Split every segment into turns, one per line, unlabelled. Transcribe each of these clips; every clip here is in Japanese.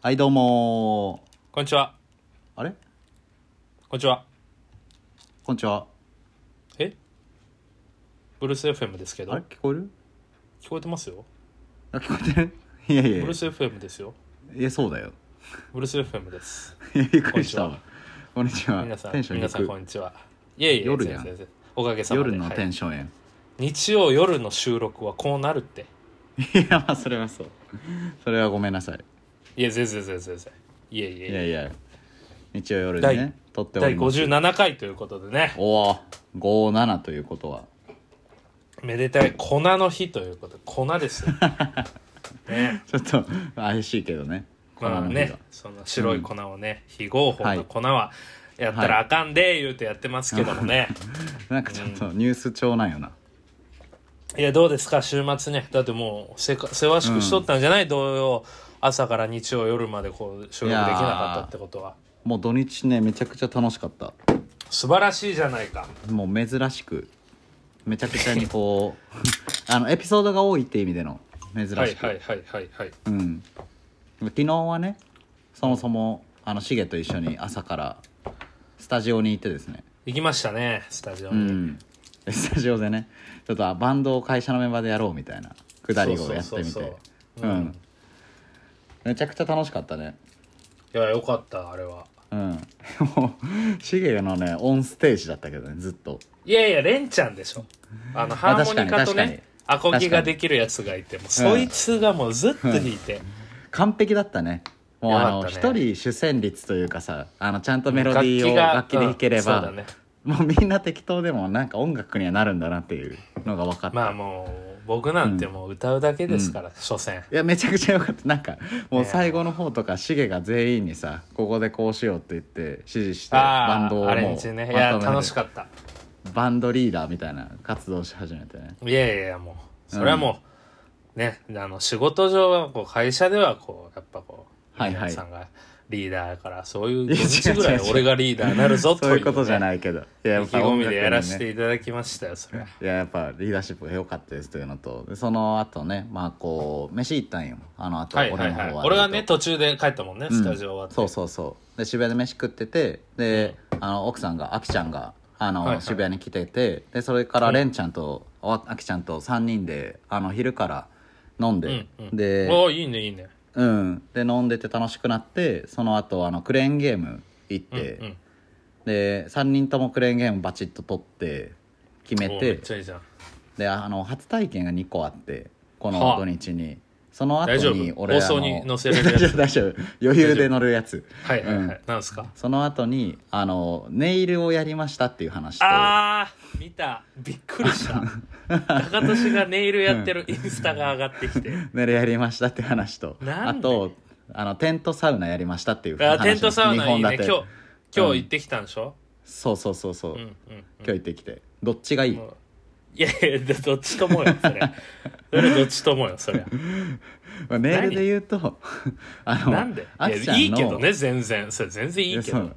はいどうも
こんにちは。
ーあれ
こんにちは。
こんにちは
えブルース FM ですけど
あれ、聞こえる
聞こえてますよ。
あ聞こえてるいやいや
ブ
いや
ルース FM ですよ。
いやそうだよ
ブルース FM です。
いやびっくりしたわこんにちは
皆さん
テン、ション
皆さん
低
こんにちは。いえいえ、
夜
先
やん
生先生おかげさ
い
まで。
夜のテ
は
ン
い
ションやん、
日曜夜の収録はこうなるって。
い、やまあそれはそうそれはごめんなさい
いえ、全然全然全然。いえい
いや
え。
いや日曜夜にね撮っており
第
ます
57回ということでね。
おお57ということは
めでたい粉の日ということで、粉で すよ。ね。
ちょっと怪しいけどね
まあ
この日が
ね、その白い粉をね、非合法の粉はやった
は
らあかんで、言うてやってますけどもね。
なんかちょっとニュース調なんよな、
いや、どうですか、週末ね。だってもうせか、せわしくしとったんじゃない、同様。朝から日曜夜までこう、収録できなかったってことは。
もう土日ねめちゃくちゃ楽しかった
素晴らしいじゃないか。
もう珍しくめちゃくちゃにこう あのエピソードが多いって意味での珍しく、
はいはいはいはいはい。
うん、昨日はねそもそもあのシゲと一緒に朝からスタジオに行ってですね、
行きましたね、スタジオ
う
に。
ん、スタジオでねちょっとあバンドを会社のメンバーでやろうみたいなくだりをやってみ
そうそう
て
そう
う
そううん
んめちゃくちゃ楽しかったね
いや、よかった、あれは。
うん もうシゲのねオンステージだったけどねずっと
いやいや、レンちゃんでしょ。あの、ハーモニカと
確かに
ね、アコギができるやつがいて、もう
か
そ
に
いつがもうずっと弾いて。
完璧だったねもうあ
よ
の
かっ
一、
たね
人主旋律というかさあのちゃんとメロディーを楽
楽器
器
が
で弾ければ、
うんそうだね
もうみんな適当でもなんか音楽にはなるんだなっていうのが分かった、
まあもう、僕なんてもう歌うだけですから、所詮。
いやめちゃくちゃ良かったなんかもう
ねえ
最後の方とかシゲが全員にさここでこうしようって言って指示してバン
あ
ドをも
あ、
う
アレンジね。いや、
まとめて
楽しかった。
バンドリーダーみたいな活動し始めてね
いやいやいや、もう、それはもう、ね、あの、仕事上は、こう、会社では、こう、やっぱこう、
はいはい
皆さんがリーダーやから、そういう
いや
5
違う
日ぐらい
違う違う
俺がリーダーになるぞと
そういうことじゃ
い
な
ね。
いけどい
意
や
気込みでやら
せ
せていただきましたよ、それは。
いややっぱリーダーシップが良かったですというのとでその後ねまあこう飯行ったんよあのあと
はい
俺の
はい
方は
はい。
割と
俺はね、途中で帰ったもんね、スタジオ終わって。
そうそうそうで渋谷で飯食っててで、あの奥さんがあきちゃんがあの、
はいはい
渋谷に来ててでそれかられんちゃんと、ああきちゃんと3人であの昼から飲んで、
うんうん
で、
おーいいね、いいね。
うん、で飲んでて楽しくなってその後あのクレーンゲーム行っ
うん、う
て、
ん。
で3人ともクレーンゲームバチッと取って決め
おーめってちゃいいじゃん。
であの初体験が2個あってこの
はあ
土日に、その
大丈
後
夫
に俺
放送に載せれるや つ
大丈夫大丈夫余裕で乗るやつ
はいはいは
う
い。なんすか
その後にあのネイルをやりましたっていう話と
あー、見た。びっくりした。高俊がネイルやってるインスタが上がってきて。
ネイルやりましたって話と
な
あ
んで
とあのテントサウナやりましたっていう話
あテントサウナいいね
二本立
今
て
日今日行ってきたんでしょ、
そうそうそうそう、
うん、うん
今
うん
日行ってきてどっちがいい、
もういやいやどっちともよそれそれどっちともよそれ
まあネイルで言うと あの
なんで
あ
いや
きちゃんの
いいけどね全然それ全然いいけ
いやそ
ど
う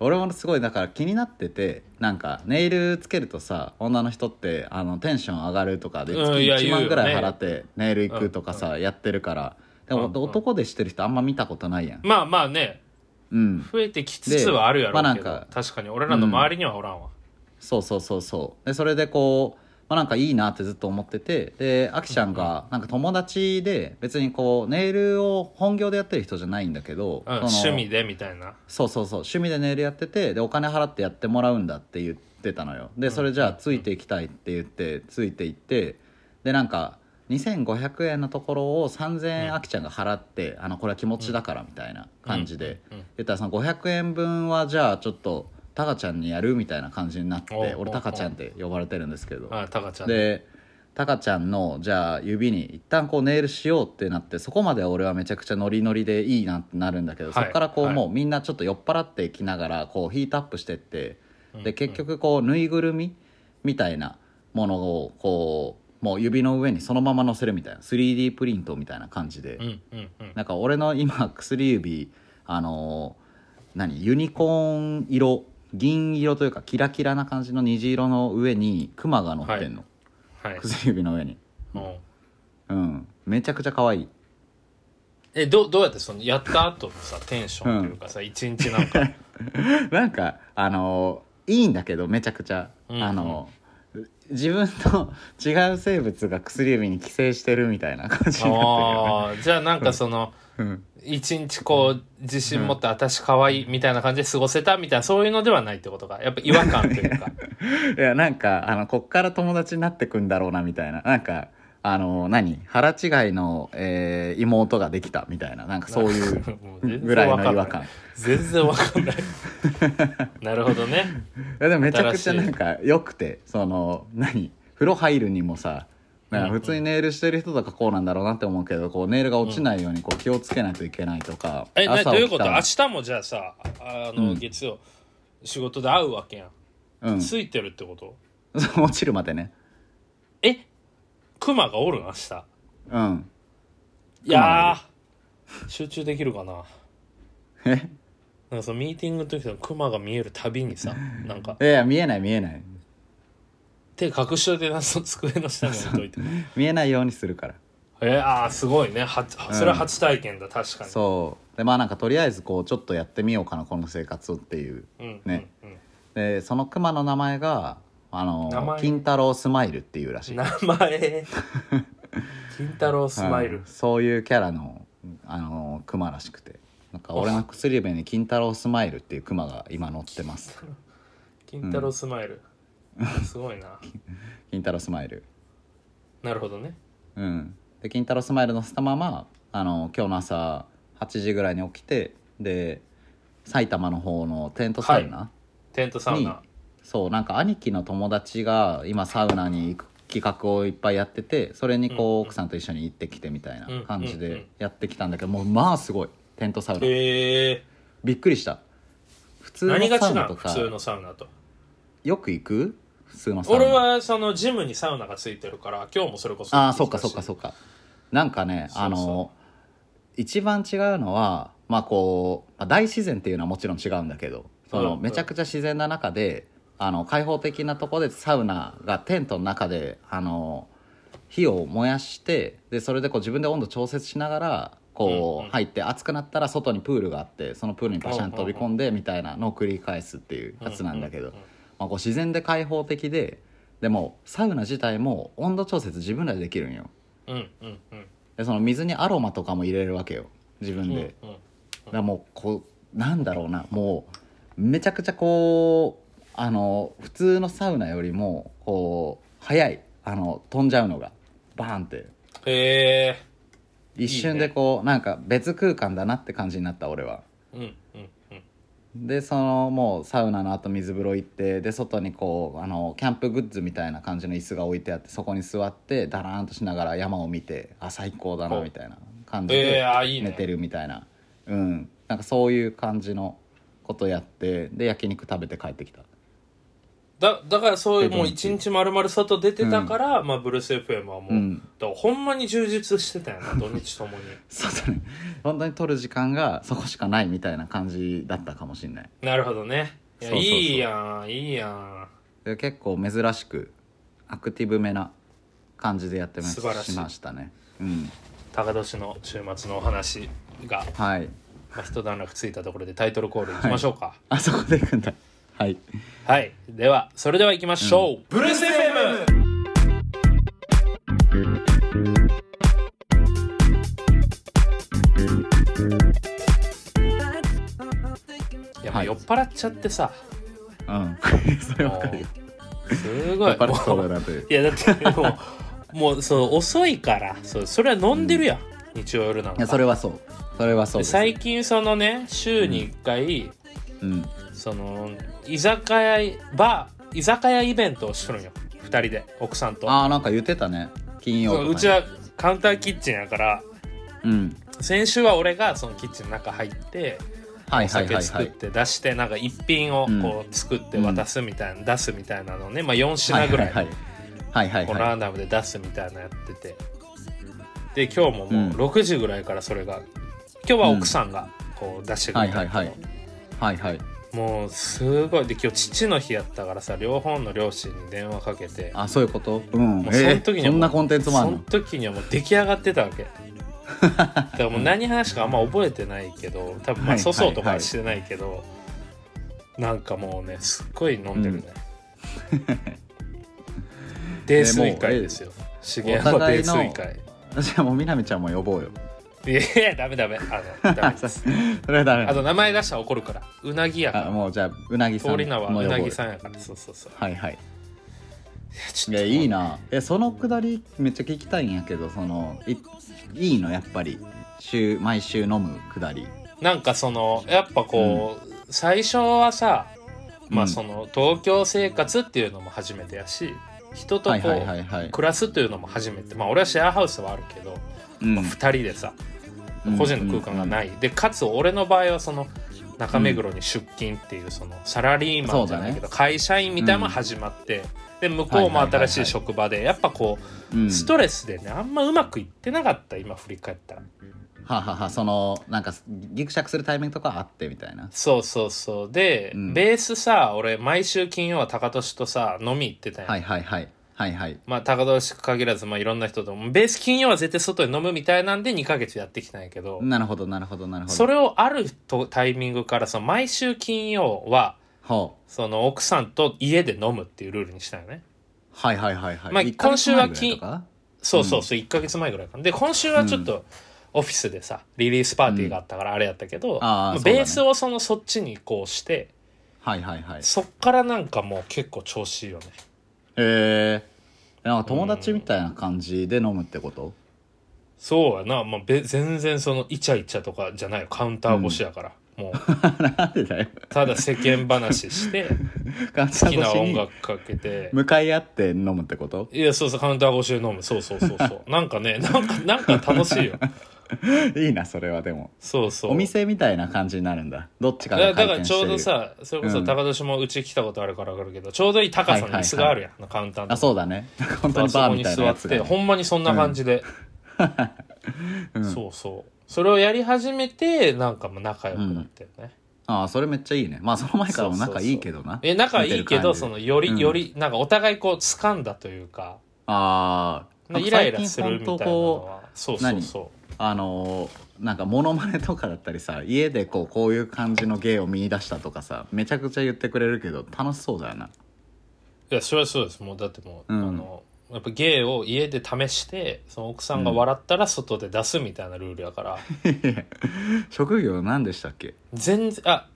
俺もすごいだから気になっててなんかネイルつけるとさ女の人ってあのテンション上がるとかで月
うんいや
1万
言うよね
ぐらい払ってネイル行くとかさ、やってるからでも
うんうん
男でしてる人あんま見たことないやん
まあまあね
うん
増えてきつつはあるやろうけど、
まあなんか
確かに俺らの周りにはおらんわ、
そうそうそうそうでそれでこう、まあ、なんかいいなってずっと思っててであきちゃんがなんか友達で別にこうネイルを本業でやってる人じゃないんだけど、
うん
その
趣味でみたいな
そうそうそう趣味でネイルやっててでお金払ってやってもらうんだって言ってたのよでそれじゃあついていきたいって言ってついていってでなんか2500円のところを3000
う
円
ん
あきちゃんが払って、あのこれは気持ちだからみたいな感じで、
うんうん
言ったらその500円分はじゃあちょっとタカちゃんにやるみたいな感じになって
おうおうおう
俺タカちゃんって呼ばれてるんですけど
あタカちゃん
でタカちゃんのじゃあ指に一旦こうネイルしようってなってそこまでは俺はめちゃくちゃノリノリでいいなってなるんだけど、
はい
そこからこう
はい
もうみんなちょっと酔っ払ってきながらこうヒートアップしてって、
うんう
で
ん
結局こうぬいぐるみみたいなものをこうもう指の上にそのまま乗せるみたいな 3D プリントみたいな感じで、
うんうんうん
なんか俺の今薬指あのー何ユニコーン色銀色というかキラキラな感じの虹色の上にクマが乗ってんの、
はい
薬指の上に。
も
うんめちゃくちゃ可愛い
えどどうやってそのやった後のさテンションというかさ一、日な んか
なんかあのいいんだけどめちゃくちゃ、
うんうん
あの自分と 違う生物が薬指に寄生してるみたいな感じになってるよ
あーじゃあなんかその
ね うん
一日こう自信持って、私可愛いみたいな感じで過ごせたみたいなそういうのではないってことかやっぱ違和感というか
いやなんかあのこっから友達になってくんだろうなみたいななんかあの何腹違いの、えー妹ができたみたいななんかそういう
もう全然
ぐらいの違和
わかん
感
ない全然わかん ないなるほどね
いやでもめちゃくちゃ
新し
ないんか良くてその何風呂入るにもさなんか普通にネイルしてる人とかこうなんだろうなって思うけどこうネイルが落ちないようにこう気をつけないといけないとか、
えなどういう
起
こ
き
と
た
明
ら
日もじゃあさあの、
うん
月曜仕事で会うわけやん、
うん
ついてるってこと
そう落ちるまでね
えクマがおるん明日
うん
いやー集中できるかな
え
なんかそのミーティングの時のクマが見えるたびにさなんか
いやいや見えない見えない
手隠しといてなその机の下に置い といて
見えないようにするから
えー、あーすごいねはそれは初体験だ確かに
そうでまあなんかとりあえずこうちょっとやってみようかなこの生活をっていう
うん
ね
うん
でそのクマの名前があ
名
の
前
金太郎スマイルっていうらし
う
い
ん名前 金太郎スマイル、
うんそういうキャラのあのクマらしくてなんか俺の薬指に金太郎スマイルっていうクマが今乗ってます
金太郎スマイル、すごいな
金太郎スマイル
なるほどね
うんで金太郎スマイル乗せたままあの今日の朝8時ぐらいに起きてで埼玉の方のテントサウナ、
テントサウナ
そうなんか兄貴の友達が今サウナに行く企画をいっぱいやっててそれにこう、
うん
奥さんと一緒に行ってきてみたいな感じ
うんうんうん
でやってきたんだけど、もうまあすごいテントサウナ
へえ
びっくりした普通
何
の
が違
サウナ
う
と
の普
か
通のサウナと
よく行く普通のサウナ
俺はそのジムにサウナがついてるから今日もそれこそ
ああそっかそっかそっかなんかね
そうそう
あの一番違うのはまあこう、まあ大自然っていうのはもちろん違うんだけどその、
うん
めちゃくちゃ自然な中であの開放的なとこでサウナがテントの中であの火を燃やしてでそれでこう自分で温度調節しながらこう、
うんうん
入って熱くなったら外にプールがあってそのプールにパシャン飛び込んでみたいなのを繰り返すっていうやつなんだけど、
うう
まあ、こう自然で開放的ででもサウナ自体も温度調節自分らでできるんよ
うんうんうん
でその水にアロマとかも入れれるわけよ自分で、
うんうん
だからもうこうなんだろうなもうめちゃくちゃこうあの普通のサウナよりもこう早いあの飛んじゃうのがバーンって
へえ
一瞬でこうなんか別空間だなって感じになった俺は
うんうんうん
でそのもうサウナの後水風呂行ってで外にこうあのキャンプグッズみたいな感じの椅子が置いてあってそこに座ってだらーんとしながら山を見てあ最高だな
お
みたいな感じ
え
で
えあいいね
寝てるみたいなうんなんかそういう感じのことやってで焼肉食べて帰ってきた
だだからそういう
で
もう一日丸々外出てたから、まあ、ブルース FM はもう、
うん
だからほんまに充実してた よな土日ともに
外に本当に撮る時間がそこしかないみたいな感じだったかもしんない
なるほどねいや
そうそうそう
いいやんいいやん
で結構珍しくアクティブめな感じでやってまし
素晴らしい
しましたねうん
高年の週末のお話が、
はい
まあ、一段落ついたところでタイトルコールいきましょうか
あそこで行くんだはい
はい、ではそれでは行きましょう、ブルース FM いや、も
は
う
い
酔っ払っちゃってさ
うん、それわかるよ。
すご
わ
い
かるそ
も
う
う
だって。
いやだってもうもうそう遅いからそうそれは飲んでるやん、日曜夜なん
い
か
や、それはそう。それはそう
で
です。
最近そのね週に1回、
うん。
その居酒屋バー居酒屋イベントをしとるんよ2人で奥さんと
ああ、なんか言ってたね。金曜
そ
とか
う
に
うちはカウンターキッチンやから
うん。
先週は俺がそのキッチンの中入って
はいは
お
い
酒
はい
作
は
っ
い。
て出してなんか一品をこう作って渡すみたいな、出すみたいなのをね、まあ、4
はい
品ぐ
は
ら
い
い
はい。はいはい
こう
は
ラ
い。
ンダムで出すみたいなやっててで今日も
うん
もう6時ぐらいからそれが今日は奥さんがこう出してく
は
れ
い
た
は
ん
い
だ
は
け
い
ど。
はいはい。
もうすごいで今日父の日やったからさ両方の両親に電話かけて
あ、そういうことうん。
もうその
え
時には
ーそ
もう
んなコンテンツもあ
そ
る
の
の
時にはもう出来上がってたわけだからもう何話かあんま覚えてないけど多分
は
まあ
い
粗相
は
とか
いは
はいしてないけど、なんかもうねすっごい飲んでるね、 泥酔会ですよ茂山
お
は泥
互いの
酔会
じゃあもうみなみちゃんも呼ぼうよ
いやいやダメダメあのダメです
それはダメ
あと名前出したら怒るからうなぎやか
あ
ら
もうじゃあうなぎさん
通り名は
も
う
呼ぼ
な
よ
ぎさんやからそうそうそう
はいはい
いやち
い
ょっ
や
と
いいなえそのくだりめっちゃ聞きたいんやけどそのいいいのやっぱり週毎週飲むくだり
なんかそのやっぱこう、最初はさ
う
まあ
ん
その東京生活っていうのも初めてやし人とこ
は
う
いはいはいはい
暮らすというのも初めてまあ俺はシェアハウスはあるけど、
うん
まあ、2人でさ
うん
個人の空間がない、でかつ俺の場合はその中目黒に出勤っていうそのサラリーマンじゃないけど、会社員みたいなのも始まって、で向こうも新しい職場でやっぱこ
うん
うストレスでねあんまうまくいってなかった今振り返ったら
はははそのなんかギクシャクするタイミングとかあってみたいな
そうそうそうで、
うん
ベースさ俺毎週金曜は高俊とさ飲み行ってたやん、
はいはいはいはいはい
まあ高俊限らず、まあ、いろんな人ともベース金曜は絶対外で飲むみたいなんで2ヶ月やってきたんやけど、
なるほどなるほどなるほど
それをあるとタイミングからその毎週金曜は
ほう
その奥さんと家で飲むっていうルールにしたよね
はいはいはいはい、
まあ
一ヶ月前
今週
ぐら
は
いとか
そうそうそう1ヶ月前ぐらいかなで今週はちょっとオフィスでさリリースパーティーがあったからあれやったけど、
あー
まあ
そうだね
ベースをそのそっちに移行して
はいはいはい
そっからなんかもう結構調子いいよね
へえんか友達みたいな感じで飲むってこと、
そうやな、まあ、べ全然そのイチャイチャとかじゃないよカウンター越しやから、もう
なんでだよ
ただ世間 話して
感
好
謝
き
越
な
し
音
に
楽かけて
向かい合って飲むってこと
いや、そうそう、カウンター越しで飲む。そうそうそう そう。なんかね、なんか、なんか楽しいよ。
いいなそれはでも
そうそう。
お店みたいな感じになるんだどっちか
だから
が
だ
回
から
転し
ち
て
ょ
る
うどさ、それこそ高年もうち来たことあるからわかるけど、ちょうどいい高さの椅子があるやん、カウンターの。
あそうだねなんか本当に
あそ
バー
こ
み
に
たいな
座
や
っ
つ
て、
が
ほんまにそんな感じで。そうそう。それをやり始めて、なんかもう仲良くなってるね。
ああそれめっちゃいいねまあその前からも仲いいけどな
え、仲いいけど、
見て
そ
る感じ
の、よ
うん
り、より、なんかお互いこう、掴んだというか、
ああ
イライラするみたいなの
こう
は。そうそうそう。
あのーなんかモノマネとかだったりさ家でこうこういう感じの芸を見出したとかさめちゃくちゃ言ってくれるけど楽しそうだよない
やそれはそうですもうだってもう、
うん
あのやっぱ芸を家で試してその奥さんが笑ったら外で出すみたいなルールやから、
職業何でしたっけ
全然あ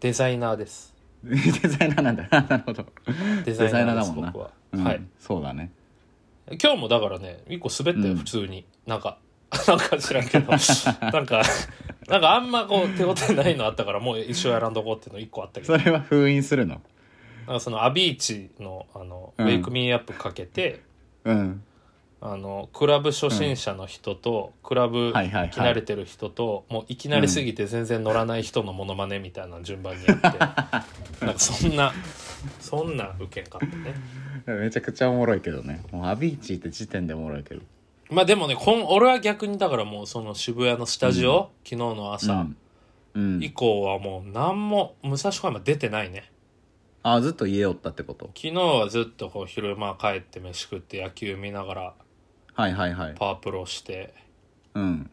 デザイナーです
デザイナーなんだ なるほど
デ
デ
ザ
ザ
イ
イ
ナ
ナー
ー
だ
です
もんな
僕は、
うん
はい
そうだね
今日もだからね一個滑ったよ、
うん
普通になんか なんか知らんけ どなんかなんかあんまこう手応えないのあったからもう一生やらんとこっていうの一個あったけど
それは封印するの
なんかそのアビーチのあの、
うん
ウェイクミーアップかけて
うん
あのクラブ初心者の人と、クラブ
はいはいはい
行き慣れてる人と、もう行き慣れすぎて全然乗らない人のモノマネみたいなの順番 にやって、なんかそんなそんな受けんかったね
めちゃくちゃおもろいけどねもうアビーチって時点でおもろいけど
まあでもねこん俺は逆にだからもうその渋谷のスタジオ、昨日の朝、
うん、うん
以降はもう何も武蔵小山出てないね
ああずっと家おったってこと
昨日はずっとこう昼間帰って飯食って野球見ながら
はいはいはい
パワープロして
うん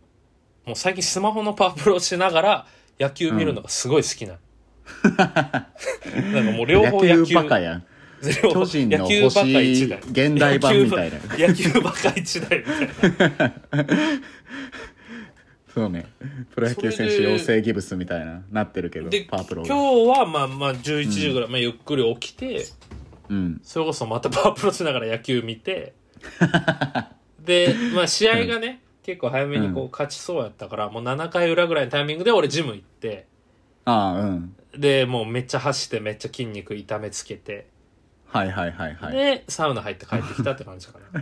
もう最近スマホのパワープロしながら野球見るのがすごい好きなの、なんかもう両方 野
野
球
球バカやん
両方
巨人の
野球ばっか一
星
台
現代版みたいな
野球ばっか一台みたいな
そうねプロ野球選
そ
手
れで
養成ギブスみたいななってるけど
で
パワープロ
今
が
日はまあまあ11時ぐらい、まあ、ゆっくり起きて
うん
それこそまたパワープロしながら野球 見てで、まあ、試合がね、結構早めにこ
う
う勝ちそうやったから、もう7回裏ぐらいのタイミングで俺ジム行って
ああうん
でもうめっちゃ走ってめっちゃ筋肉痛めつけて
はいはいはいはい
でサウナ入って帰ってきたって感じか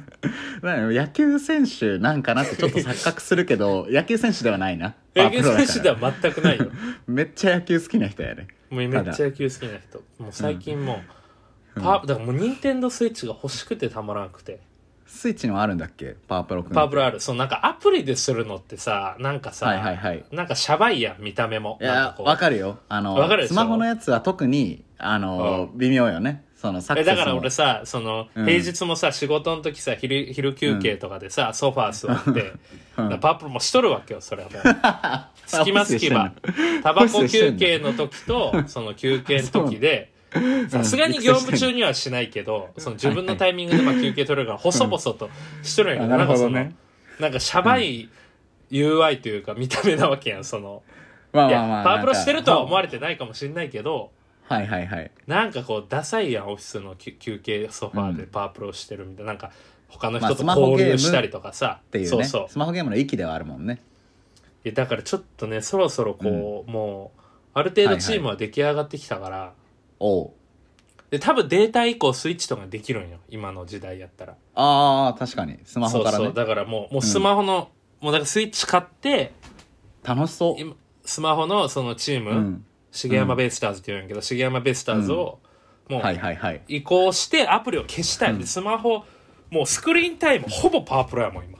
な
なんか野球選手なんかなってちょっと錯覚するけ ど野球選手ではないなパワ
野
ープ
球
ロだ
選
か
手
ら
では全 くないよ
めっちゃ野球好きな人やね
もうめっちゃ野球好きな人もう最近もう、パだからもう任天堂スイッチが欲しくてたまらなくて、
スイッチにもあるんだっけパワープロくん
パワープロあるそうなんかアプリでするのってさなんかさ、
はいはいはい
なんかシャバいやん見た目も
い
なん
や
こう
わかるよあの
わかるでしょ
スマホのやつは特にあの微妙よねそのサク
え
セスも
だから俺さその、
うん
平日もさ仕事の時さ昼昼休憩とかでさ、ソファー座って、
うん
だからパップルもしとるわけよ それはもう隙間隙間タバコ休憩の 時とその休憩の時でさすがに業務中にはしないけどその自分のタイミングでまあ休憩取れるから細々としとるんやけ
あ
ど
なる
なんか
ほ
そ
ど
の
ね
なんかシャバい UI というか見た目なわけやんその
まあ
い
まあま
や
あ
パワープロしてるとは思わ
れ
れてないかもしれないけど
はいはいはい
なんかこうダサいやんオフィスの休休憩ソファーで
うん
パワープロしてるみたいななんか他の
ま
人
あ
と
スマホ
交
ゲーム
流したりとかさ
っていうね
そうそう
スマホゲームの域ではあるもんね
いやだからちょっとねそろそろこう、もうある程度チームは出来上がってきたから、
おう
で多分データ移行スイッチとかできるんよ今の時代やったら、
ああ確かにスマ
そ
ホ
う
から
そ
ね
うだからもうもうスマホの、もうだからスイッチ買って
楽しそう
今スマホのそのチーム、
うん
重山ベイスターズって言うんやけど重山ベイスターズをもう
はいはいはい
移行してアプリを消したい、でスマホもうスクリーンタイムほぼパワープロやもん今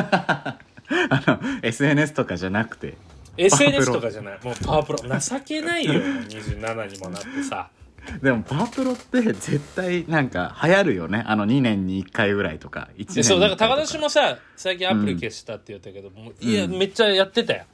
あの SNS とかじゃなくて
SNS とかじゃないもうパワープロ情けないよもう27にもなって さ
でもパワプロって絶対なんか流行るよねあの2年に1回ぐらいとか1年
で
に
そうだ
1回と
から高田氏もさ最近アプリ消したって言ったけど、もういや
うん
めっちゃやってたよ、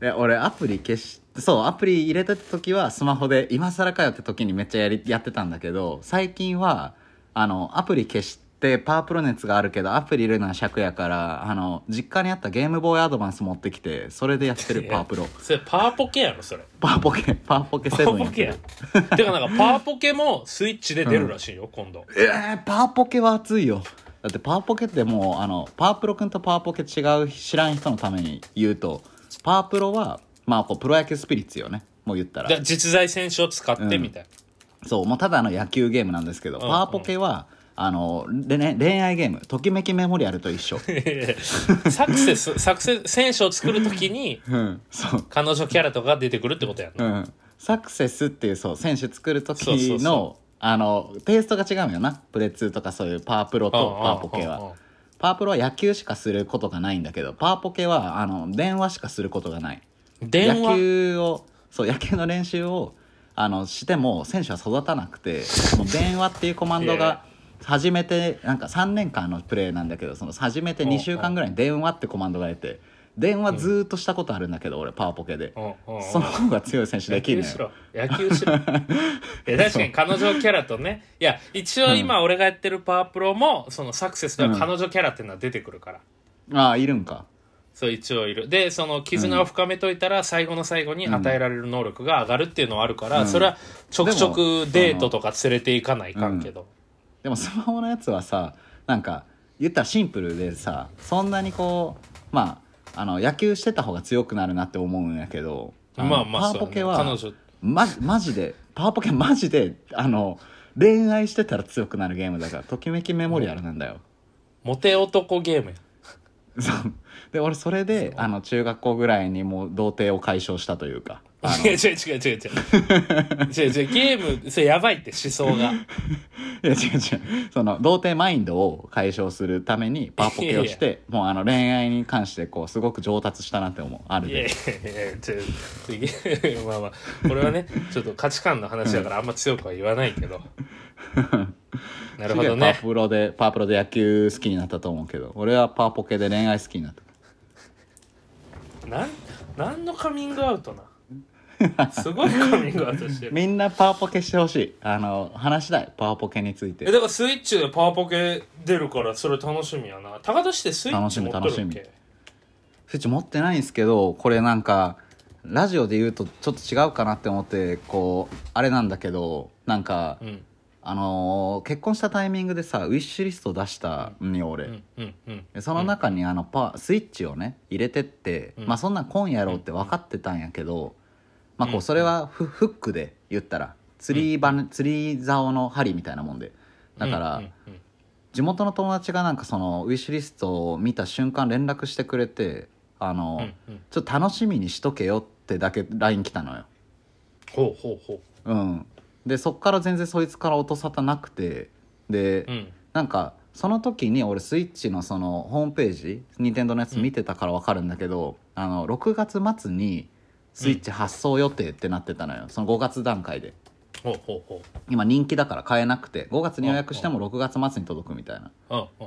で俺アプリ消しそうアプリ入れた時はスマホで今更かよって時にめっちゃやりやってたんだけど最近はあのアプリ消してパワープロ熱があるけどアプリ入れるのは尺やからあの実家にあったゲームボーイアドバンス持ってきてそれでやってる
いや
パワープロ
それパワーポケやろそれ
パワーポケパワーポケ
パ
セブ
ワ
ン
ー
や
ポ
ってる
ケやてかなんかパワーポケもスイッチで出るらしいよ、今度
えー、パワーポケは熱いよだってパワーポケってもうあのパワープロ君とパワーポケ違う知らん人のために言うとパワープロはまあこうプロ野球スピリッツよねもう言ったら
だ実在選手を使ってみたいな、
そうもうただの野球ゲームなんですけど、
うんうん
パワポケはあので、ね、恋愛ゲームときめきメモリアルと一緒
サクセスサクセス選手を作るときに
うんそう、
彼女キャラとかが出てくるってことやん
う
な、
ん、サクセスっていうそう選手作る時の
そうそうそ
あのテイストが違うんよなプレ2とかそういうパワープロと
うんうんうんうん
パワポケはパワプロは野球しかすることがないんだけどパワポケはあの電話しかすることがない
電
野
話
球をそう野球の練習をあのしても選手は育たなく てもう電話っていうコマンドが初めてなんか3年間のプレーなんだけどその初めて2週間ぐらいに電話ってコマンドが出て電話ずーっとしたことあるんだけど俺パワポケで
うんうんうん
その方が強い選手で
野
きる
球
の
し
よ
ろ野球しろいや確かに彼女キャラとねいや一応今俺がやってるパワープロもそのサクセスでは彼女キャラっていうのは出てくるから、
ああいるんか
そう一応いるでその絆を深めといたら最後の最後に与えられる能力が上がるっていうのはあるから、
うん
それはちょくちょ
でも
くデートとか連れていかないかんけど、
でもスマホのやつはさなんか言ったらシンプルでさそんなにこうまああの野球してた方が強くなるなって思うんやけどの
まあまあ
パ
そ
ワポ
う
ケ
や
は
ね彼女
ま、マジで、パワポケマジで、あの、恋愛してたら強くなるゲームだから、ときめきメモリアルなんだよ。
モテ男ゲームや
そう。で、俺それで、あの、中学校ぐらいにもう童貞を解消したというか。あ
いや違う違う違う違う違う違うゲームそれやばいって思想が
の、いや違う違う。その、童貞マインドを解消するためにパワポケをして、もうあの、恋愛に関して、こう、すごく上達したなって思う。ある
いやい
で。
やいやちょちょまあまあこれはねちょっと価値観の話だからあんま強くは言わない けどなるほど
すげえ
ね
パワプロで、パワプロで野球好きになったと思うけど、俺はパワポケで恋愛好きになった。
なん何のカミングアウトなすごいカミングアウ トしてる
みんなパワポケしてほしい。あの、話したい。パワポケについて
え。だからスイッチでパワポケ出るからそれ楽しみやな高田市でスイッチ持っと
楽し
るっ
み
け
スイッチ持ってないんですけどこれなんかラジオで言うとちょっと違うかなって思ってこうあれなんだけどなんか、
うん
あのー結婚したタイミングでさウィッシュリスト出したんよ俺、
うんうんうん
でその中にあのパスイッチをね入れてって、
うん
まあそんなん今夜やろうって分かってたんやけど、まあこ
うん
うそれはフ,、フックで言ったら釣り場、釣り竿の針みたいなもんでだから、
うんうん
地元の友達がなんかそのウィッシュリストを見た瞬間連絡してくれてあの、
うんうん
ちょっと楽しみにしとけよってだけ LINE 来たのよ。
ほうほうほ
うん、でそっから全然そいつから音沙汰なくてで、
ううん
なんかその時に俺スイッチのそのホームページ任天堂のやつ見てたから分かるんだけど、あの6月末にスイッチ発送予定ってなってたのよその5月段階で。
ほうほうほ
今人気だから買えなくて5月に予約しても6月末に届くみたいな
う。うん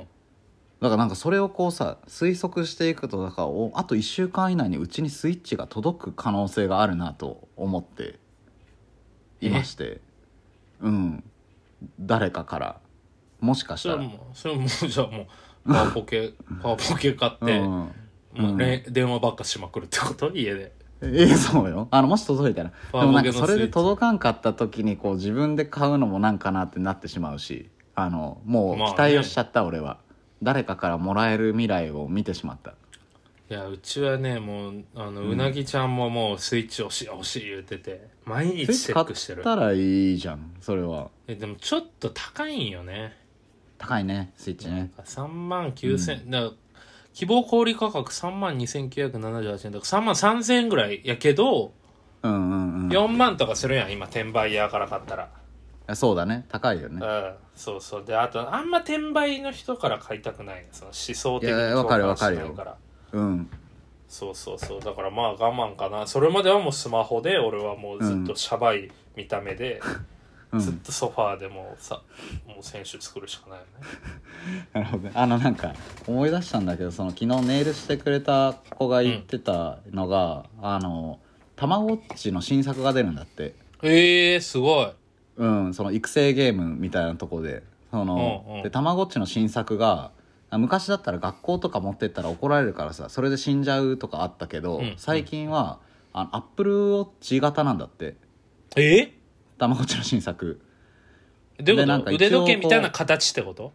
うん。
だからなんかそれをこうさ推測していくとだからおあと1週間以内にうちにスイッチが届く可能性があるなと思っていましてうん誰かからもしかし
そ
た
れ
ら
はもう、それはもう、 じゃあもう、パワーポケ、パワーポケ買って、
うん
もうれん電話ばっかしまくるってこと家で。
ええそうよあのもし届いたら
あ
でもなん
僕
か
のス
そ
イッチ
れで届かんかった時にこう自分で買うのもなんかなってなってしまうしあのもう
まあね
期待をしちゃった俺は、誰かからもらえる未来を見てしまった
いや、うちはね、もう、あの、うなぎちゃんももうスイッチ欲しい欲しい言うてて、毎
スイッ
日チ
チ
ェ
買
ックして
っ
る。
たらいいじゃんそれは
えでもちょっと高いんよね。
高いねスイッチね
3万9000、だから希望小売価格3万2978円だから3万3000円ぐらいやけど、
うんうんうん
4万とかするやん、今、転売屋から買ったら。
あそうだね高いよね
うん、そうそう。で、あと、あんま転売の人から買いたくないね。その思想的
いやい
に
やわかる
共感しない
わか
から。
うん
そうそうそう。だからまあ我慢かな。それまではもうスマホで、俺はもうずっとシャバい見た目で、
うん
ずっとソファーでもうさ、もう選手作るしかないよね。
なるほどねあのなんか思い出したんだけどその昨日ネイルしてくれた子が言ってたのが、あのたまごっちの新作が出るんだって
ええー、すごい。
うん、その育成ゲームみたいなとこでその、
うんうん
でたまごっちの新作があ昔だったら学校とか持ってったら怒られるからさそれで死んじゃうとかあったけど、
うんうん
最近はあのアップルウォッチ型なんだって
ええ
たまごっちの新作
どうい
でな
うんこと
か一応
腕時計みたいな
こう
形ってこと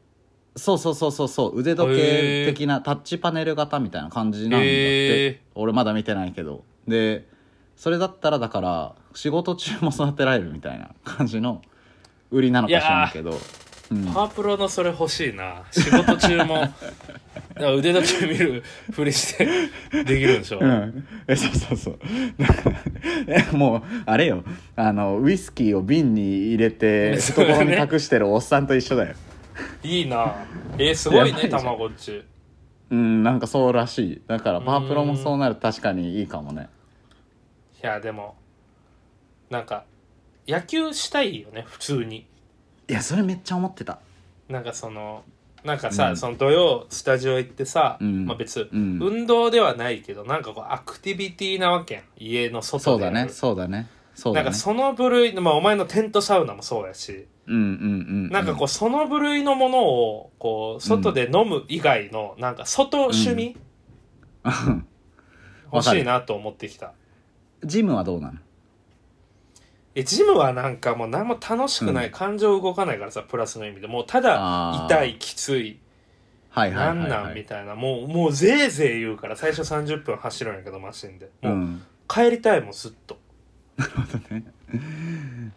そうそうそうそうそう腕時計的なタッチパネル型みたいな感じなんだって、
へー
俺まだ見てないけどでそれだったらだから仕事中も育てられるみたいな感じの売りなのか知らんけどうん
パワープロのそれ欲しいな仕事中 もだから腕時計見るふりしてできるんでしょ、
うん、えそうそうそうえもう あれよあのウイスキーを瓶に入れて
そうだね
懐に隠してるおっさんと一緒だよ
いいなえー、すごい
やばい
ね
じゃ
た
ん
まごっち
うんなんかそうらしいだからパワープロもそうなる確かにいいかもね
いやでもなんか野球したいよね普通に
いやそれめっちゃ思ってた
なんかそのなんかさ、
うん
その土曜スタジオ行ってさ、
うん
まあ別、
うん
運動ではないけどなんかこうアクティビティなわけやん家の
そ
外
う
でや
だ
る
ねそうだねそう
な
だ
ん
ね
かその部類の、まあ、お前のテントサウナもそうやし、
うんうんうん
なんかこう、その部類のものを、こう、外で飲む以外の、なんか、外趣味、
うん
欲しいなと思ってきた。
ジムはどうなの
え、ジムはなんかもう何も楽しくない、
うん
感情動かないからさ、プラスの意味で。もうただ、
あー
痛い、きつい、
はいはいは
な
い、は
ん
い、
なんみたいな。もう、もうぜいぜい言うから、最初30分走るんやけど、マシンで。
う
もうん帰りたいもん、ずっと。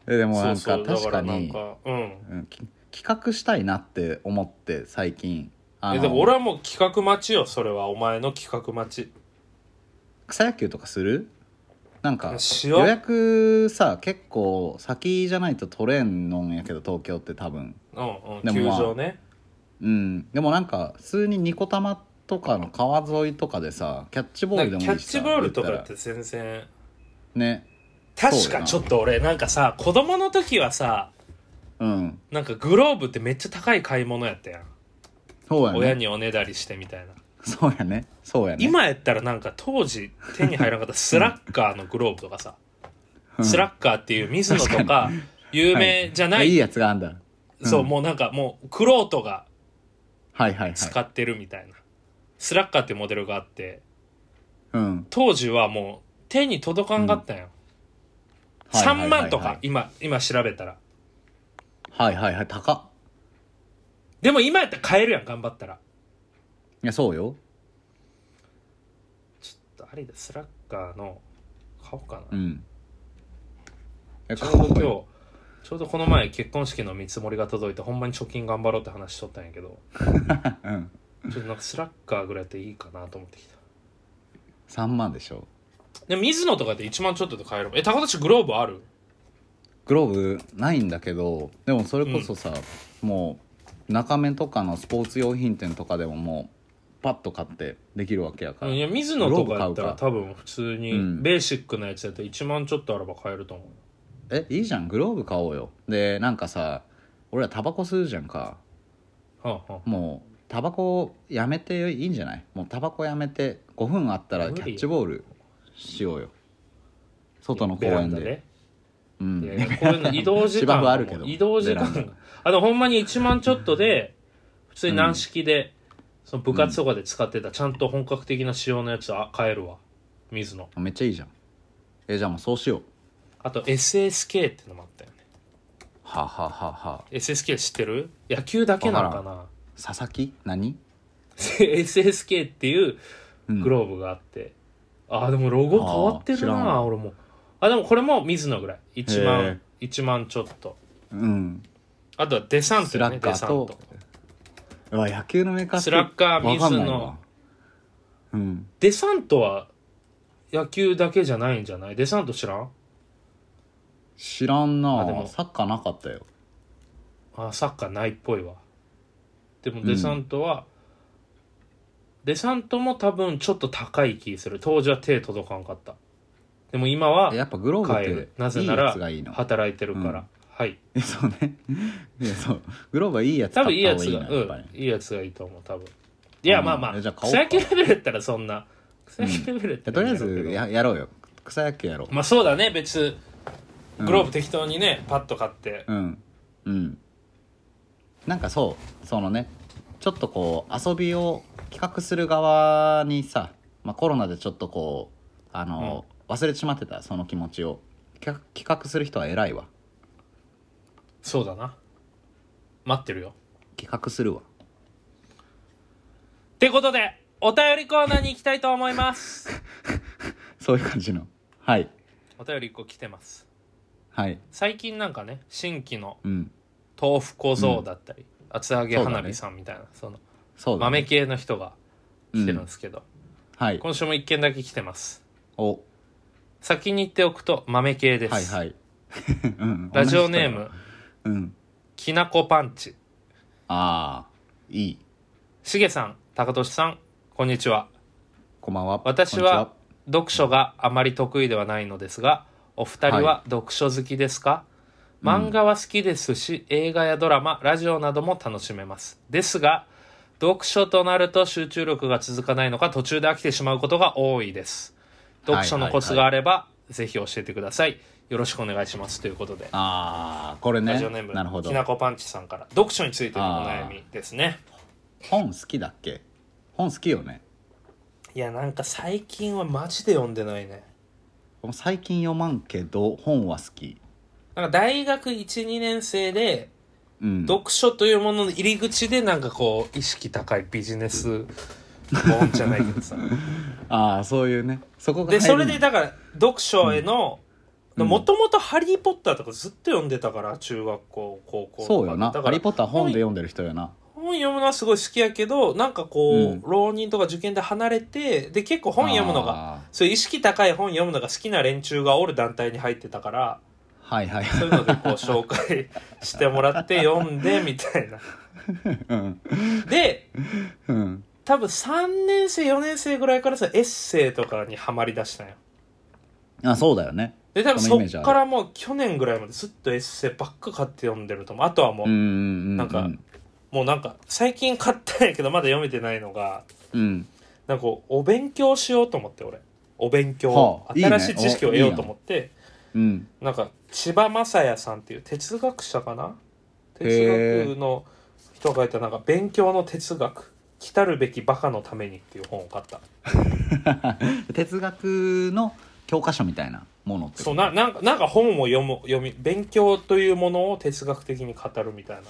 えでも
そ
な
うんそ
か
う、だ
確
か
から
なん
に
か、うん。
うんき企画したいなって思って最近あ
え、でも俺はもう企画待ちよ、それは。お前の企画待ち。
草野球とかするなんか
しよ
予
う。
約さ結構先じゃないと取れんのんやけど東京って多分
うんうん、
で
球
もまあ
場ね。
うんでもなんか普通にニコ玉とかの川沿いとかでさキャッチボー
な
ル
ん
でも
か
いい
キ
し
ャ
さ
ッチボールとかっ
言
て全然。
たらね
確
そうだ
か
な
ちょっと俺なんかさ子供の時はさ
うん
なんかグローブってめっちゃ高い買い物やったやん、
そうや
親
ね
におねだりしてみたいな、
そうやねそうやね
今やったらなんか当時手に入 らなかったスラッガーのグローブとかさ、
うん
スラッガーっていう水野と
確
か有名じゃない、
いいやつがあんだうん
そうもうなんかもうクロートが
はいはいは
使
い
ってるみたいな、スラッガーっていうモデルがあって
うん
当時はもう手に届かんかったんよ、
はいはいはい
3万とか今今調べたら
はいはいはい高っ
でも今やったら買えるやん頑張ったら
いやそうよ
ちょっとありだスラッガーの買おうかな、
うんえ
ちょうど今日
かっこ
ちょうどこの前結婚式の見積もりが届いてほんまに貯金頑張ろうって話しとったんやけど
いいうん
ちょっとなんかスラッガーぐらいやっていいかなと思ってきた
3万でしょ
で水野とかって1万ちょっとで買えるえ高田市グローブある
グローブないんだけどでもそれこそさ、もう中目とかのスポーツ用品店とかでももうパッと買ってできるわけやから、
いや水野とかやった
グロー
ら
ブ
多分普通に
うん
ベーシックなやつやったら1万ちょっとあれば買えると思う
えいいじゃんグローブ買おうよでなんかさ俺らタバコ吸うじゃんか
はあはあ
もうタバコやめていいんじゃないもうタバコやめて5分あったらキャッチボールしようよ外の公園で
ベランダ
うん
いやいやこういうの移動 時
芝
間
生
が
あるけど
移動時
ベランダ
間があのほんまに1万ちょっとで普通に軟式で、その部活とかで使ってたちゃんと本格的な仕様のやつあ買えるわ水野
めっちゃいいじゃんえじゃあもうそうしよう
あと SSK ってのもあったよね
はあはあはあはあ
SSK 知ってる野球だけなのか
わか
な
佐々木何
SSK っていう
うん
グローブがあって、あーでもロゴ変わってる
あー知
な
らん
俺もあでもこれも水野ぐらい1
へ
万1万ちょっと
うん
あとはデサン
ス
ト、ね、
ラッ
デ
ガ
サ
ー
ン
と
ト
うわ野球のメーカーって
スラッガー
わかんない
水
な
野
うん
デサントは野球だけじゃないんじゃないデサント知らん
知らんな
あでも
サッカーなかったよ
あサッカーないっぽいわでもデサントは、デサントも多分ちょっと高い気する当時は手届かんかったでも今は
えやっぱグローブっ
買え
て
るなぜ
いい
な
や
ら
つがいいの
働いてるから
うん
はい
えそうねいやそうグローブはいいやつ買
多
った
分いいやつ
方がいい
が
なやっぱり
うんいいやつがいいと思う多分いや
うん
まあまあ
えじゃあ買おうか
草野球レベルだったらそんな草野球レベルだっ
いや
た
とり
ら
あえ
いいんだろうけど
ずややろうよ草野球やろ
まあそうだね別
う
グロー
ブ
ブ適当にね、パッと買って
うんうんなんかそうそのねちょっとこう遊びを企画する側にさ、まあ、コロナでちょっとこうあの、忘れちまってたその気持ちを企画企画する人は偉いわ
そうだな待ってるよ
企画するわ
ってことでお便りコーナーに行きたいと思います
そういう感じのはい
お便り1個来てます
はい
最近なんかね新規の
うん
豆腐小僧だったり、厚揚げ
そうだね
花火さんみたいなそ,、
そう
の
だ、
豆
ね、
系の人が来てるんですけど、
はい
今週も1件だけ来てます
お
先に言っておくと豆系です、
はいはいうん
ラジオネーム
同じ人 うん
きなこパンチ
ああいい
しげさん高俊さんこんにちは
こんばんは
私は読書があまり得意ではないのですがお二人は読書好きですか、漫画は好きですし、映画やドラマラジオなども楽しめますですが読書となると集中力が続かないのか途中で飽きてしまうことが多いです読書のコツがあれば、ぜひ教えてくださいよろしくお願いしますということで
ああこれね
ラジオネーム、
なるほど
きなこパンチさんから読書についてのお悩みですね
本好きだっけ本好きよね
いやなんか最近はマジで読んでないね
僕も最近読まんけど本は好き
なんか大学12年生で
うん
読書というものの入り口でなんかこう意識高いビジネス本じゃないけど さ
ああそういうねそこが
で
入
そ
る
れでだから読書への
うん
もともと「ハリー・ポッター」とかずっと読んでたから中学校高校とか
そうよな「ハ
だか
リ
ら
ー・ポッター」本で読んでる人よな
本読むのはすごい好きやけどなんかこう、
うん
浪人とか受験で離れてで結構本読むのが
あ
そういう意識高い本読むのが好きな連中がおる団体に入ってたから
ーはいはい
そういうのでこう紹介してもらって読んでみたいな。
うん
で
うん
多分3年生4年生ぐらいからさエッセイとかにはまりだしたんよ
あそうだよね
で多分
そのイ
そ
メージあ
っ
る
からもう去年ぐらいまでずっとエッセイばっか買って読んでると思うあとはもう、
うんうんう
なんかもうなんか最近買ったんやけどまだ読めてないのが
うん
なんかこうお勉強しようと思って俺お勉強、
はあいいね
新しい知識を得ようと思って
うん
なんか千葉雅也さんっていう哲学者かな
へえ
哲学の人が書いたなんか勉強の哲学来たるべきバカのためにっていう本を買った
哲学の教科書みたいなものってこと
そうななんかなんか本を読む読み勉強というものを哲学的に語るみたいな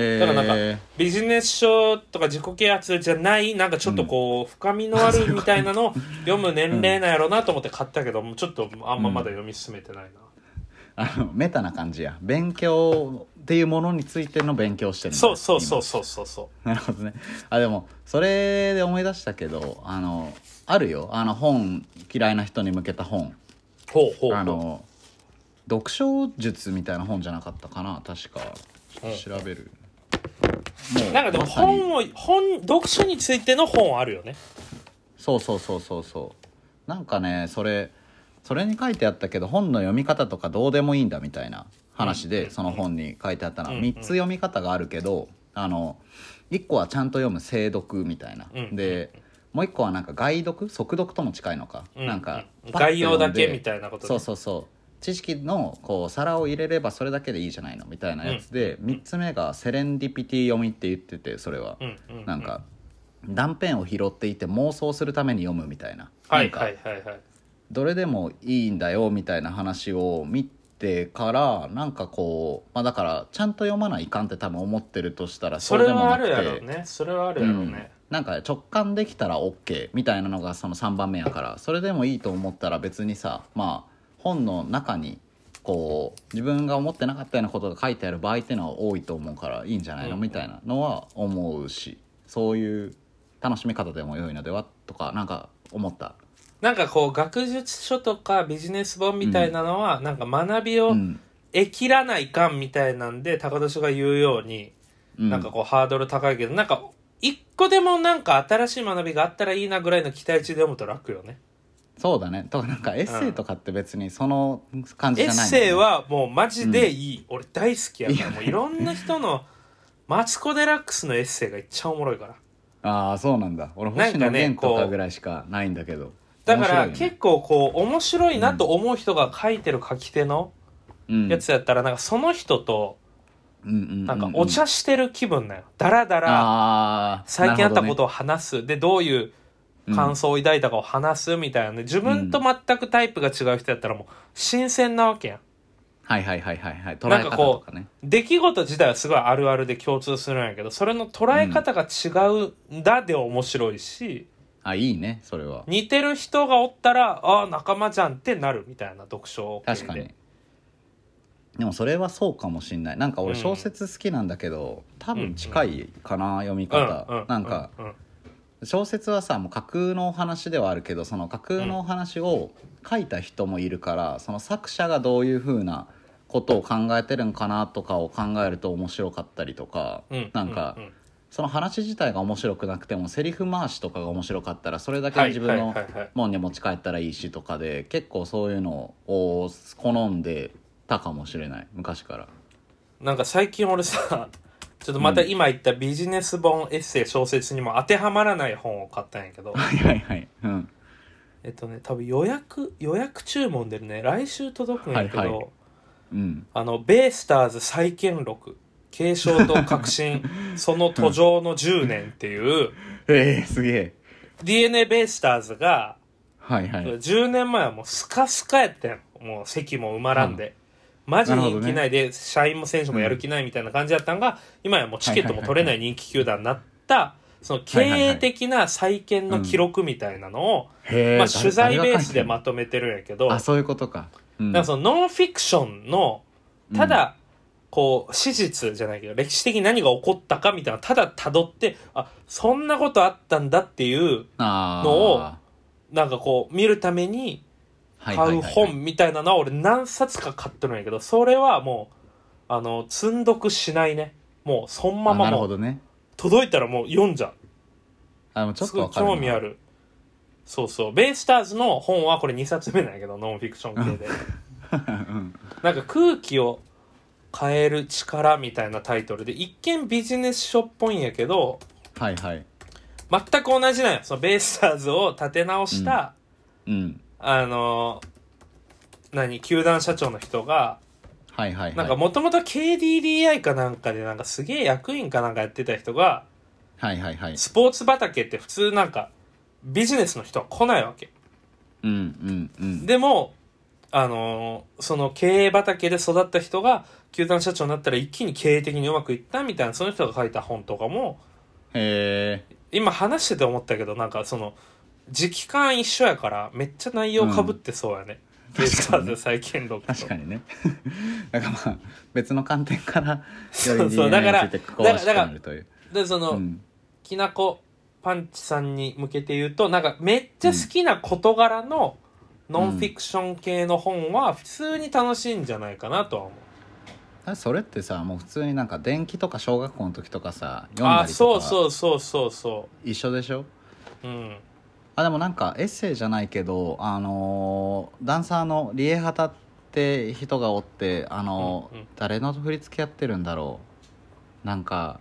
へえ
だからなんビジネス書とか自己啓発じゃないなんかちょっとこう、深みのあるみたいな のを読む年齢なんやろうなと思って買ったけどもうちょっとあんままだ読み進めてないな、
あのメタな感じや勉強っていうものについての勉強してるんだ
そうそうそうそうそうそ う
なるほどねあでもそれで思い出したけどあのあるよあの本嫌いな人に向けた本
ほうほうほう
あの読書術みたいな本じゃなかったかな確かちょっと調べる、もう
なんかでも
まさに
本を本読書についての本あるよね
そうそうそうそうそうなんかねそれそれに書いてあったけど本の読み方とかどうでもいいんだみたいな話で、その本に書いてあったのは
うんうん
3つ読み方があるけど、あの1個はちゃんと読む精読みたいな、
うん
でもう1個はなんか外読速読とも近いのか、
うん
なんかパッと
概要だけ
読んで
みたいなこと
そうそうそう知識のこう皿を入れればそれだけでいいじゃないのみたいなやつで、三3つ目がセレンディピティ読みって言っててそれは、
うんうんうん、
なんか断片を拾っていて妄想するために読むみたいな,、
は
ないんか
はいはいはい
どれでもいいんだよみたいな話を見てからなんかこう、まあ、だからちゃんと読まないかんって多分思ってるとしたら
そうれ
でも
はあ
なく
る
て
やろうねそれはあるやろうね、
なんか直感できたら OK みたいなのがその3番目やからそれでもいいと思ったら別にさまあ本の中にこう自分が思ってなかったようなことが書いてある場合っていうのは多いと思うからいいんじゃないの
うん
みたいなのは思うしそういう楽しみ方でも良いのではとかなんか思った。
なんかこう学術書とかビジネス本みたいなのは、なんか学びを
うん
得きらないかんみたいなんで高田氏が言うように、
うん
なんかこうハードル高いけどなんか一個でもなんか新しい学びがあったらいいなぐらいの期待値で読むと楽よね
そうだねとかなんかエッセイとかって別にその感じ
エ
じ
ッ
ゃないもんね、
セイはもうマジでいい、俺大好きやからもういろんな人のマツコ・デラックスのエッセイがいっちゃおもろいから
ああそうなんだ俺
なん
星
かね
野源と
こ
か
う
ぐらいしかないんだけど
だか
面白いよ
ら
ね
結構こう面白いなと思う人が書いてる書き手の
うん
やつやったらなんかその人と
うんうんうんうん
なんかお茶してる気分だよダラダラ
あー
最近あったこ、
なる
とを話すでどういう
ほどね
感想を抱いたかを話すみたいなね自分と全くタイプが違う人やったらもう新鮮なわけやん
うんはいはいはいはいはい捉
な
え
ん
方
か
と
こう
かね
出来事自体はすごいあるあるで共通するんやけどそれの捉え方が違うんだで面白いし、
あいいねそれは
似てる人がおったらああ仲間じゃんってなるみたいな読書を
確かにでもそれはそうかもしんないなんか俺
うん
小説好きなんだけど、多分近いかな、読み
うんう
方、
ん
なんか
うん
小説はさもう架空のお話ではあるけどその架空のお話を書いた人もいるからその作者がどういうふうなことを考えてるんかなとかを考えると面白かったりとか、
うん
なんか、
うう
その話自体が面白くなくてもセリフ回しとかが面白かったらそれだけ
はい
自分の
はいはいはい
もんに持ち帰ったらいいしとかで結構そういうのを好んでたかもしれない昔から
なんか最近俺さちょっとまた今言ったビジネス本エッセイ小説にも当てはまらない本を買ったんやけど
はいはいはいうん
えっとね多分予約予約注文でね来週届くんやけど、
はいはいうん
あのベイスターズ再建録継承と革 新その途上の10年っていう
ええすげえ
DNA ベイスターズが
はいはい
10年前はもうスカスカやったやんもう席も埋まらんで、マジ人気ないで、社員も選手もやる気ないみたいな感じやったんが、今やもうチケットも取れない人気球団になった、その経営的な再建の記録みたいなのを、
へえ、
まあ、
誰
取材ベースで
誰が書いてんの
まとめてるんやけど
あそういうことか,、うん、
だからそのノンフィクションのただこう史実じゃないけど歴史的に何が起こったかみたいなただ辿ってあそんなことあったんだっていう
あー
のをなんかこう見るために
はいはいは
買う
いはい
本みたいなのは俺何冊か買ってるんやけどそれはもうあの積んどくしないねもうそのま
あ
ま
なる
も
ほ
う
どね
届いたらもう読んじゃう
あのちょっ
す
と
ごい
わかるな
興味あるそうそうベイスターズの本はこれ2冊目なんやけどノンフィクション系で
うん
なんか空気を変える力みたいなタイトルで一見ビジネス書っぽいんやけど
はいはい
全く同じなんよそのベイスターズを立て直した、
うん
あの何球団社長の人が
はいはいはい
なんかもともと KDDI かなんかでなんかすげえ役員かなんかやってた人が
はいはいはい
スポーツ畑って普通なんかビジネスの人は来ないわけ
うんうんうん
でも、あのーその経営畑で育った人が球団社長になったら一気に経営的にうまくいったみたいなその人が書いた本とかも
へえ
今話してて思ったけどなんかその時期間一緒やからめっちゃ内容かぶってそうやね。ベイスターズ再建録と
確かにね なんかまあ別の観点からよ
そう
り
そうだから
DNA について詳しくなるという
でその、
うん
きなこパンチさんに向けて言うとなんかめっちゃ好きな事柄のノンフィクション系の本は普通に楽しいんじゃないかなとは思う。
あそれってさもう普通になんか電気とか小学校の時とかさ読んだ
あ
りと
そう
か
そうそうそうそ
一緒でしょ
う。うん。
あでもなんかエッセイじゃないけどあのーダンサーのリエハタって人がおってあのー
うんうん
誰の振り付けやってるんだろうなんか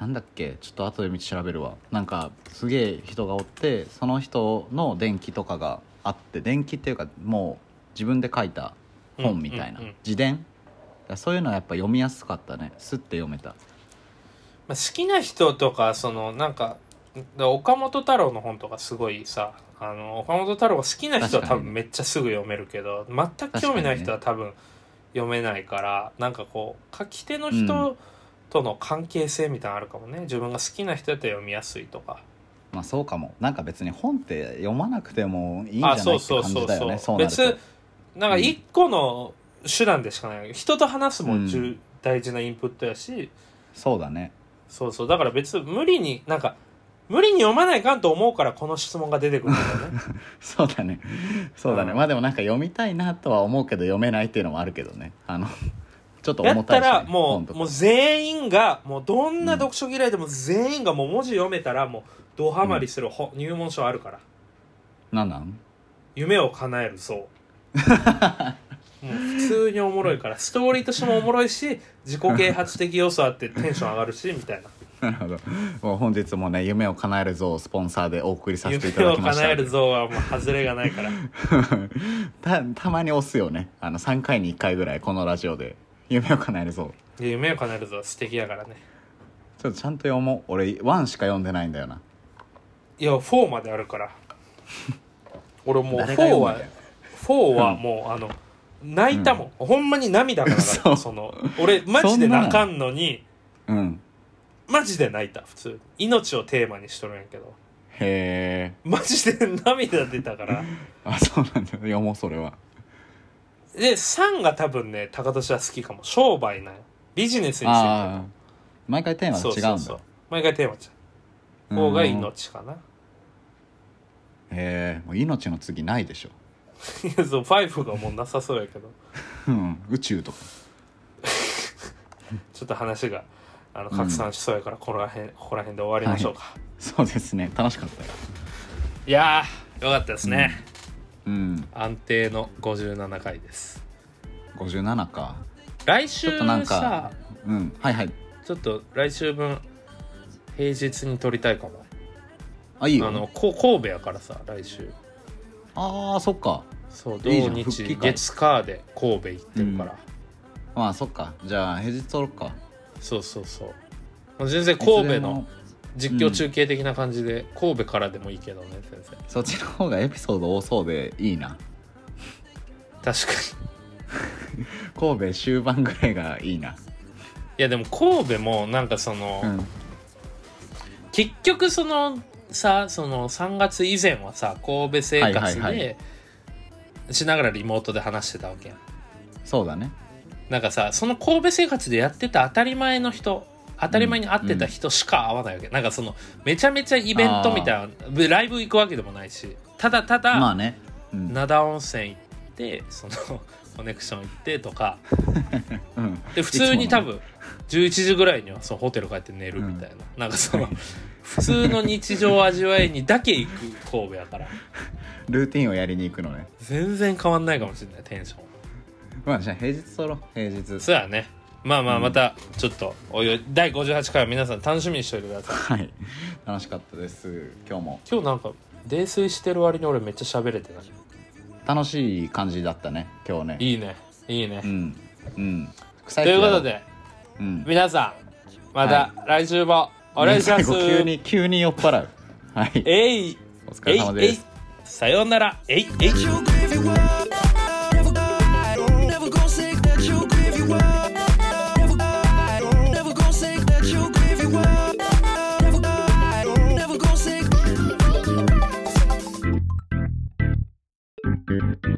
なんだっけちょっと後で見て調べるわなんかすげえ人がおってその人の伝記とかがあって伝記っていうかもう自分で書いた本みたいな、
うんうんうん
自伝だからそういうのはやっぱ読みやすかったねスッて読めた
まあ、好きな人とかそのなんかだ岡本太郎の本とかすごいさあの岡本太郎が好きな人は
確
多
かに
分めっちゃすぐ読めるけど全く興味ない人は多分読めないからなんかこう書き手の人との関係性みたいなのあるかもね、自分が好きな人だったら読みやすいとか
まあそうかもなんか別に本って読まなくてもいいんじゃな
あ
いっ
そう
て
そう
感
そ
じ
う
だよね
そ
そううなると
別なんか一個の手段でしかない、人と話すも
うん
重、大事なインプットやし
そうだね
そうそうだから別に無理になんか無理に読まないかんと思うからこの質問が出てくるんだよね
そうだねそうだね、
うん
まあでもなんか読みたいなとは思うけど読めないっていうのもあるけどねあの ちょ っと
や
重
ったた
いし、ね、
らも
本と
う
か
もう全員がもうどんな読書嫌いでも全員がもう文字読めたらもうドハマりする本、入門書あるから
なんなん
夢を叶えるそうもう普通におもろいからストーリーとしてもおもろいし自己啓発的要素あってテンション上がるしみたいな
なるほどもう本日もね夢を叶えるぞをスポンサーでお送り させていた
夢
だ
を
きました
叶える像はもう外れがないから
たたまに押すよねあの3回に1回ぐらいこのラジオで夢を叶えるぞ
で夢を叶える像は素敵やからね
ちょっとちゃんと読もう俺1しか読んでないんだよない
や4まであ るから俺もう
誰が
4
読むん
は
だよ
4はもう、あの泣いたもん、ほんまに涙が流れ
嘘
たその俺マジで泣かんのに
うん
マジで泣いた普通に命をテーマにしとるんやけど
へえ
マジで涙出 たから
あそうなんだ読もうそれは
で3が多分ね高俊は好きかも商売なんよビジネスについて
ああ毎回テーマ
そう
違
そ
うん
う
だ
そう毎回テーマちゃう4が命かな
へえもう命の次ないでしょ、
いやそう5がもうなさそうやけど
うん、宇宙とか
ちょっと話があの拡散しそうやから、ここら辺ここら辺で終わりましょうか、
そうですね楽しかったよ
いやーよかったですね、
うん
安定の57回です
57か
来
ちょ
週
っとなん
さ
かうんはいはい
ちょっと来週分平日に撮りたいかも
あいい
あ
よ
のこ神戸やからさ来週
あーそっか
そう
いいじ
土
ゃん復
日
帰会
月火で神戸行ってるから、
まあそっかじゃあ平日撮ろっか
そうそうそうもう全然
いず
神
れ
戸
も
の実況中継的な感じで、神戸からでもいいけどね先生
そっちの方がエピソード多そうでいいな
確かに
神戸終盤ぐらいがいいない
やでも神戸もなんかその、
うん
結局そのさその3月以前はさ神戸生活
はいはい
でしながらリモートで話してたわけやん
そうだね
なんかさその神戸生活でやってた当たり前の人当たり前に会ってた人しか会わないわけ、なんかそのめちゃめちゃイベントみたいなライブ行くわけでもないしただただ、
まあね、うん
灘温泉行ってそのコネクション行ってとか
うん、
で普通に多分11時ぐらいにはそのホテル帰って寝るみたいな、なんかその普通の日常を味わいにだけ行く神戸やから
ルーティンをやりに行くのね
全然変わんないかもしれないテンション
まあじゃあ平日撮ろう平日
そうやねまあまあまたちょっとおいおい第58回は皆さん楽しみにしておいてください
はい楽しかったです今日も
今日なんか泥酔してる割に俺めっちゃ喋れてない
楽しい感じだったね今日ね
いいねいいね、
うんうん臭い
ということで
うん
皆さんまた来週もお願いします、
最後急に急に酔っ払うはい
えい
お疲
え
れ
い
様
え
で
い
す
さようならえいえい
you give you up. Never gonna, never gonna say that you give you up. Never gonna, never gonna say that you give you up. Never gonna, never gonna say.